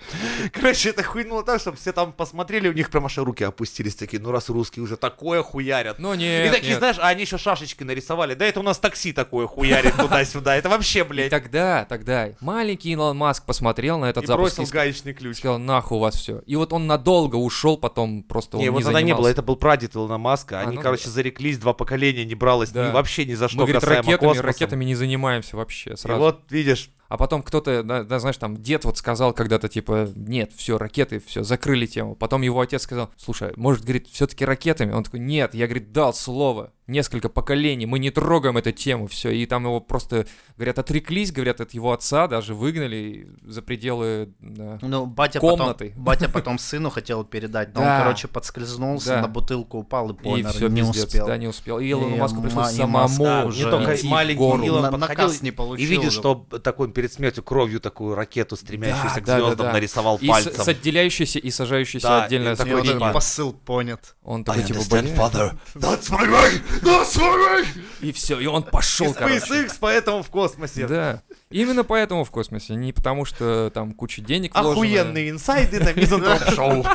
Короче, это хуйнуло так, чтобы все там посмотрели, у них прям аж руки опустились такие, ну раз русские уже такое хуярят.
Ну
И
нет,
такие,
нет.
знаешь, а они еще шашечки нарисовали. Да это у нас такси такое хуярит туда-сюда. Это вообще,
И
блядь.
тогда, тогда маленький Илон Маск посмотрел на этот
И
запуск
бросил
и
гаечный ключ.
сказал, нахуй у вас все. И вот он надолго ушел, потом просто он
Не,
не
его тогда не
занимался.
было, это был прадед Илона Маска.
А,
Они,
ну
короче, зареклись, два поколения не бралось
Да.
ни вообще ни за что,
Мы, говорит,
касаемо
ракетами,
космоса.
ракетами не занимаемся вообще
И
сразу.
вот, видишь,
А потом кто-то, да, да, знаешь, там дед вот сказал когда-то, типа, нет, все, ракеты, все, закрыли тему. Потом его отец сказал, слушай, может, говорит, все-таки ракетами? Он такой, нет, я, говорит, дал слово, несколько поколений, мы не трогаем эту тему, все. И там его просто, говорят, отреклись, говорят, от его отца, даже выгнали за пределы... да.
Ну, батя
Комнатой.
потом, батя потом сыну хотел передать, но
Да.
он, короче, подскользнулся,
Да.
на бутылку упал и
И
помер,
все,
не
пиздец,
успел.
да, не успел. И
И
Илону Маску
ма-
пришлось
и Маск,
самому
да,
не
уже
только
идти
маленький
в гору.
Илон
На-
подходил
наказ не
И
получил.
видишь,
да.
что такой перед смертью кровью такую ракету, стремящуюся к
да, да,
звездам,
да.
нарисовал
И с,
пальцем.
с отделяющейся и сажающейся
Да,
отдельно.
и
И
такой,
отдельно.
вот этот
типа,
посыл понят.
Он такой, типа, «Блин».
father. That's my way! That's my way!
И все, и он пошел,
И
короче.
SpaceX, поэтому в космосе.
Да. Именно поэтому в космосе, не потому что там куча денег вложено.
Охуенные инсайды на Мизантроп-шоу.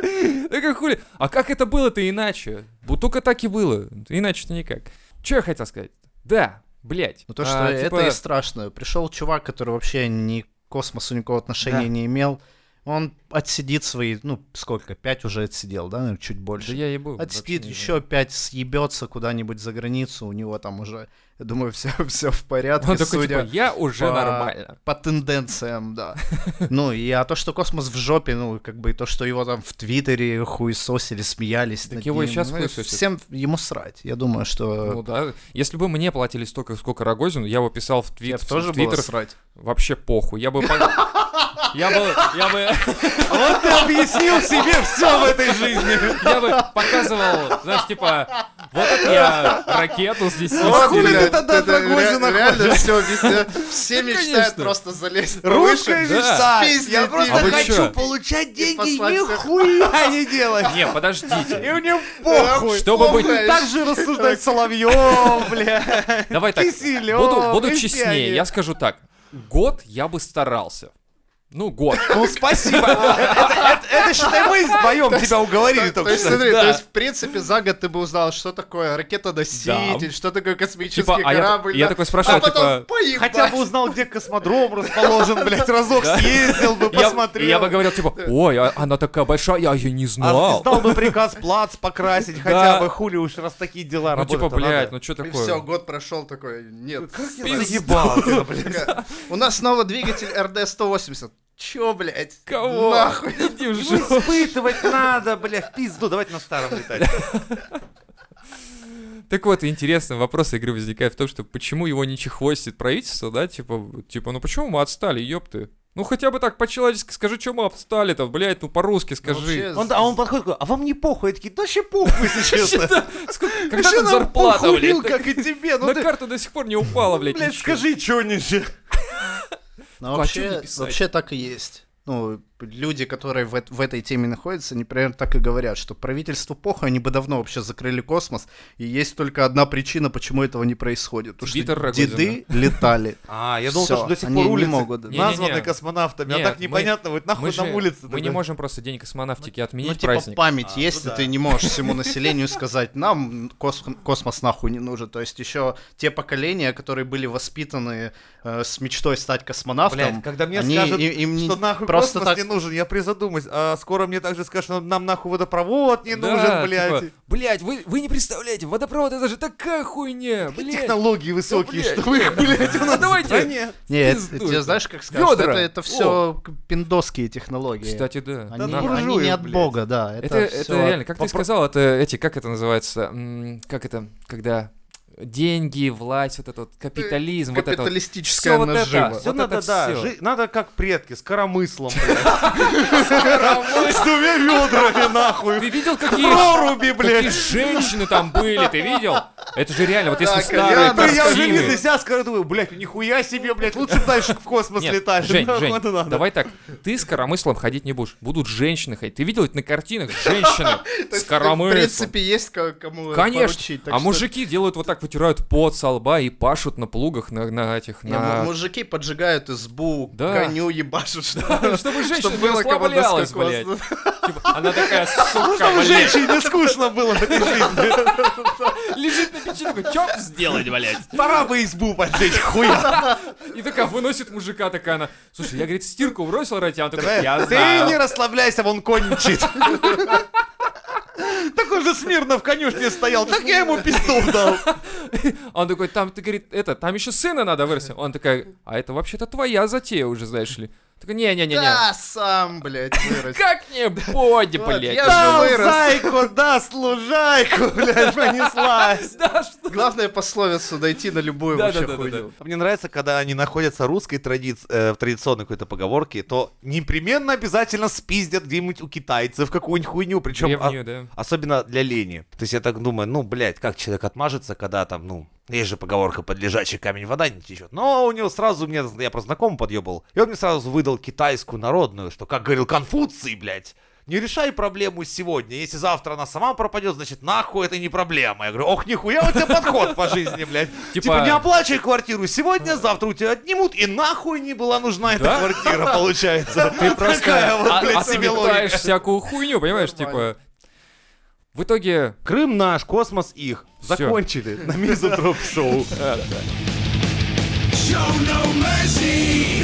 Да как хули? А как это было-то иначе? Вот только так и было. Иначе-то никак. Че я хотел сказать? Да, блядь.
Ну то,
А,
что это
типа,
и страшно. Пришел чувак, который вообще ни к космосу никакого отношения
Да.
не имел. Он отсидит свои, ну, сколько, пять уже отсидел, да, наверное, чуть
Да
больше.
я ебу.
Отсидит
вообще не
еще пять, съебется куда-нибудь за границу, у него там уже, я думаю, все, все
знаю.
в порядке,
Он такой,
судя
типа, я уже
по-
нормально.
по тенденциям, да. Ну, и а то, что космос в жопе, ну, как бы, и то, что его там в Твиттере хуесосили, смеялись.
Так
над
его и
ним,
щас
ну,
хуесосят.
Всем ему срать, я думаю,
Ну
что...
да. Если бы мне платили столько, сколько Рогозину, я бы писал в, твит,
Я
в
тоже было
Твиттер
срать.
Вообще похуй. Я бы... по- Я бы, я бы,
Вот ты объяснил себе все в этой жизни.
я бы показывал, знаешь, типа, вот это я ракету с 10
Ну,
Вот хули ты
стреляю.
тогда Драгозина
Реально все, все
Ну,
мечтают
конечно.
просто залезть
Русская
да.
мечта.
Пиздец,
Я просто
А вы
хочу
чё?
получать деньги и
послать всех.
нихуя не делать.
Не,
И
подождите.
мне похуй.
Чтобы быть-
Так же рассуждать Соловьев, бля.
Давай так,
Киселёв,
буду, буду
и
честнее,
Сягин.
я скажу так. Год я бы старался. Ну, год.
Ну, спасибо. Это, это, считай, мы вдвоем тебя уговорили
То
только
есть,
что.
смотри,
Да.
то есть, в принципе, за год ты бы узнал, что такое ракетоноситель, что такое космический
Типа, а я-
корабль.
я
да.
такой спрашивал,
а потом
типа,
поебать.
Хотя бы узнал, где космодром расположен, блядь, разок съездил бы,
Я-
посмотрел.
Я бы говорил, типа, ой, а- она такая большая, я ее не
А
знал.
Издал бы приказ плац покрасить, хотя бы хули уж раз такие дела
Ну, типа,
работают.
блядь, ну что
И все,
такое?
год прошел такой, нет.
пизда.
Заебался, блядь.
сука, У нас снова двигатель РД-180. Чё, блядь?
Кого?
Нахуй.
Иди в
Ну,
жопу.
Испытывать надо, бля, в пизду, давайте на старом летать.
Так вот, интересный вопрос игры возникает в том, что почему его не чехвостит правительство, да, типа, типа, ну почему мы отстали, ёпты? Ну хотя бы так по-человечески скажи, что мы отстали-то, блядь, ну по-русски скажи.
вообще,
Он- а он подходит, такой, а вам не похуй, я такие, да вообще похуй, если честно.
Сколько-
Вообще
Когда там
нам
зарплата,
похуй,
блядь?
как и тебе, ну
На
ты,
карту до сих пор не упала, блядь,
блядь,
ничего.
скажи что-нибудь.
Ну,
Ну, а чё не
вообще,
писать?
вообще так и есть. Ну, люди, которые в, эт- в этой теме находятся, они примерно так и говорят, что правительству похуй, они бы давно вообще закрыли космос, и есть только одна причина, почему этого не происходит. Потому
Твиттер
что
Рогозина.
деды летали.
А, я думал,
Всё,
что до сих
они
пор
не
улицы
могут.
Не-не-не.
названы космонавтами, а
Нет,
так
мы-
непонятно, вот
Мы
нахуй
же-
там улицы.
Мы не можем просто день космонавтики
Ну,
отменить
типа,
праздник.
память
А,
есть,
ну
и
да.
ты не можешь всему населению сказать, нам кос- космос нахуй не нужен. То есть еще те поколения, которые были воспитаны э, с мечтой стать космонавтом,
Блядь, когда мне
А они-
скажут,
им- им не-
что нахуй
просто
космос
так-
не нужен, я призадумаюсь, а скоро мне также скажут, что нам нахуй водопровод не нужен, блядь.
типа, блядь, вы, вы не представляете, водопровод это же такая хуйня,
Какие
блядь.
технологии высокие,
блядь,
что их, блядь, у
А
нас в
давайте-
стране.
Нет,
пизду
ты
это.
знаешь, как скажут,
Вёдра!
это, это все пиндосские технологии.
Кстати, да.
Они,
Нам-
буржуи,
они не от
блядь.
Бога, да. Это,
Это, это
всё
реально,
от-
как ты
попро-
сказал, это эти, как это называется, М, как это, когда деньги, власть, вот этот вот капитализм, вот это вот.
Капиталистическая
Всё вот это,
нажива.
всё
Все
Вот
надо,
это
да,
всё.
жи- надо как предки, с коромыслом, блядь. С двумя ведрами, нахуй.
Ты видел, какие, какие
Проруби, блядь.
женщины там были, ты видел? Это же реально, вот если
Да,
старые
Кальяна,
Да я уже
картины.
вижу себя, скажу, думаю, блядь, нихуя себе, блядь, лучше б дальше в космос
Нет,
летаешь.
Жень,
Нахуй
Жень,
это надо?
давай так, ты с коромыслом ходить не будешь, будут женщины ходить. Ты видел это на картинах, женщины
То
с
есть, В
коромыслом.
принципе, есть ко- кому
Конечно,
поручить. так
а
что-
мужики делают вот так, вытирают пот со лба и пашут на плугах, на, на этих,
Не,
на...
му- мужики поджигают избу,
А, Да.
коню ебашут, что-
Чтобы женщина
чтобы
не
было кому
расслаблялась, блядь.
доскакиваться.
Типа, она такая, сука,
Чтобы
блядь,
женщине не скучно было в этой жизни.
лежит на печи, такой, чоп сделать, блядь.
Пора бы избу поджечь, хуя.
И такая выносит мужика, такая она, слушай, я, говорит, стирку бросил ради тебя, он такой, я
Ты
знаю.
не расслабляйся, вон конь мчит. Такой же смирно в конюшне стоял, так я ему пистол дал.
Он такой, там, ты, говорит, это, там еще сына надо вырасти. Он такой, а это вообще-то твоя затея уже, знаешь ли. Такой, не-не-не-не.
Да, сам, блядь, вырос.
Как не боди,
Вот,
блядь.
я
Да,
же
Дал
вырос.
зайку, да, служайку, блядь, понеслась.
Да, что?
Главное пословицу найти на любую
Да,
вообще
да, да,
хуйню.
А Мне нравится, когда они находятся в русской традиции, в традиционной какой-то поговорке, то непременно обязательно спиздят где-нибудь у китайцев какую-нибудь хуйню, а, причем
Древнюю, да.
Особенно для лени. То есть я так думаю, ну, блядь, как человек отмажется, когда там, ну, есть же поговорка, под лежачий камень вода не течет. Но у него сразу мне, я просто знакомый подъебал, и он мне сразу выдал китайскую народную, что, как говорил Конфуций, блядь, не решай проблему сегодня. Если завтра она сама пропадет, значит, нахуй это не проблема. Я говорю, ох, нихуя у тебя подход по жизни, блядь.
Типа-
Типа, не оплачивай квартиру сегодня, завтра у тебя отнимут, и нахуй не была нужна эта
Да?
квартира, получается.
Ты просто
Такая вот,
а-
блядь, себе логика.
отметаешь всякую хуйню, понимаешь, типа... В итоге
Крым наш, космос их.
Всё.
Закончили на мизотроп шоу.
Show no mercy.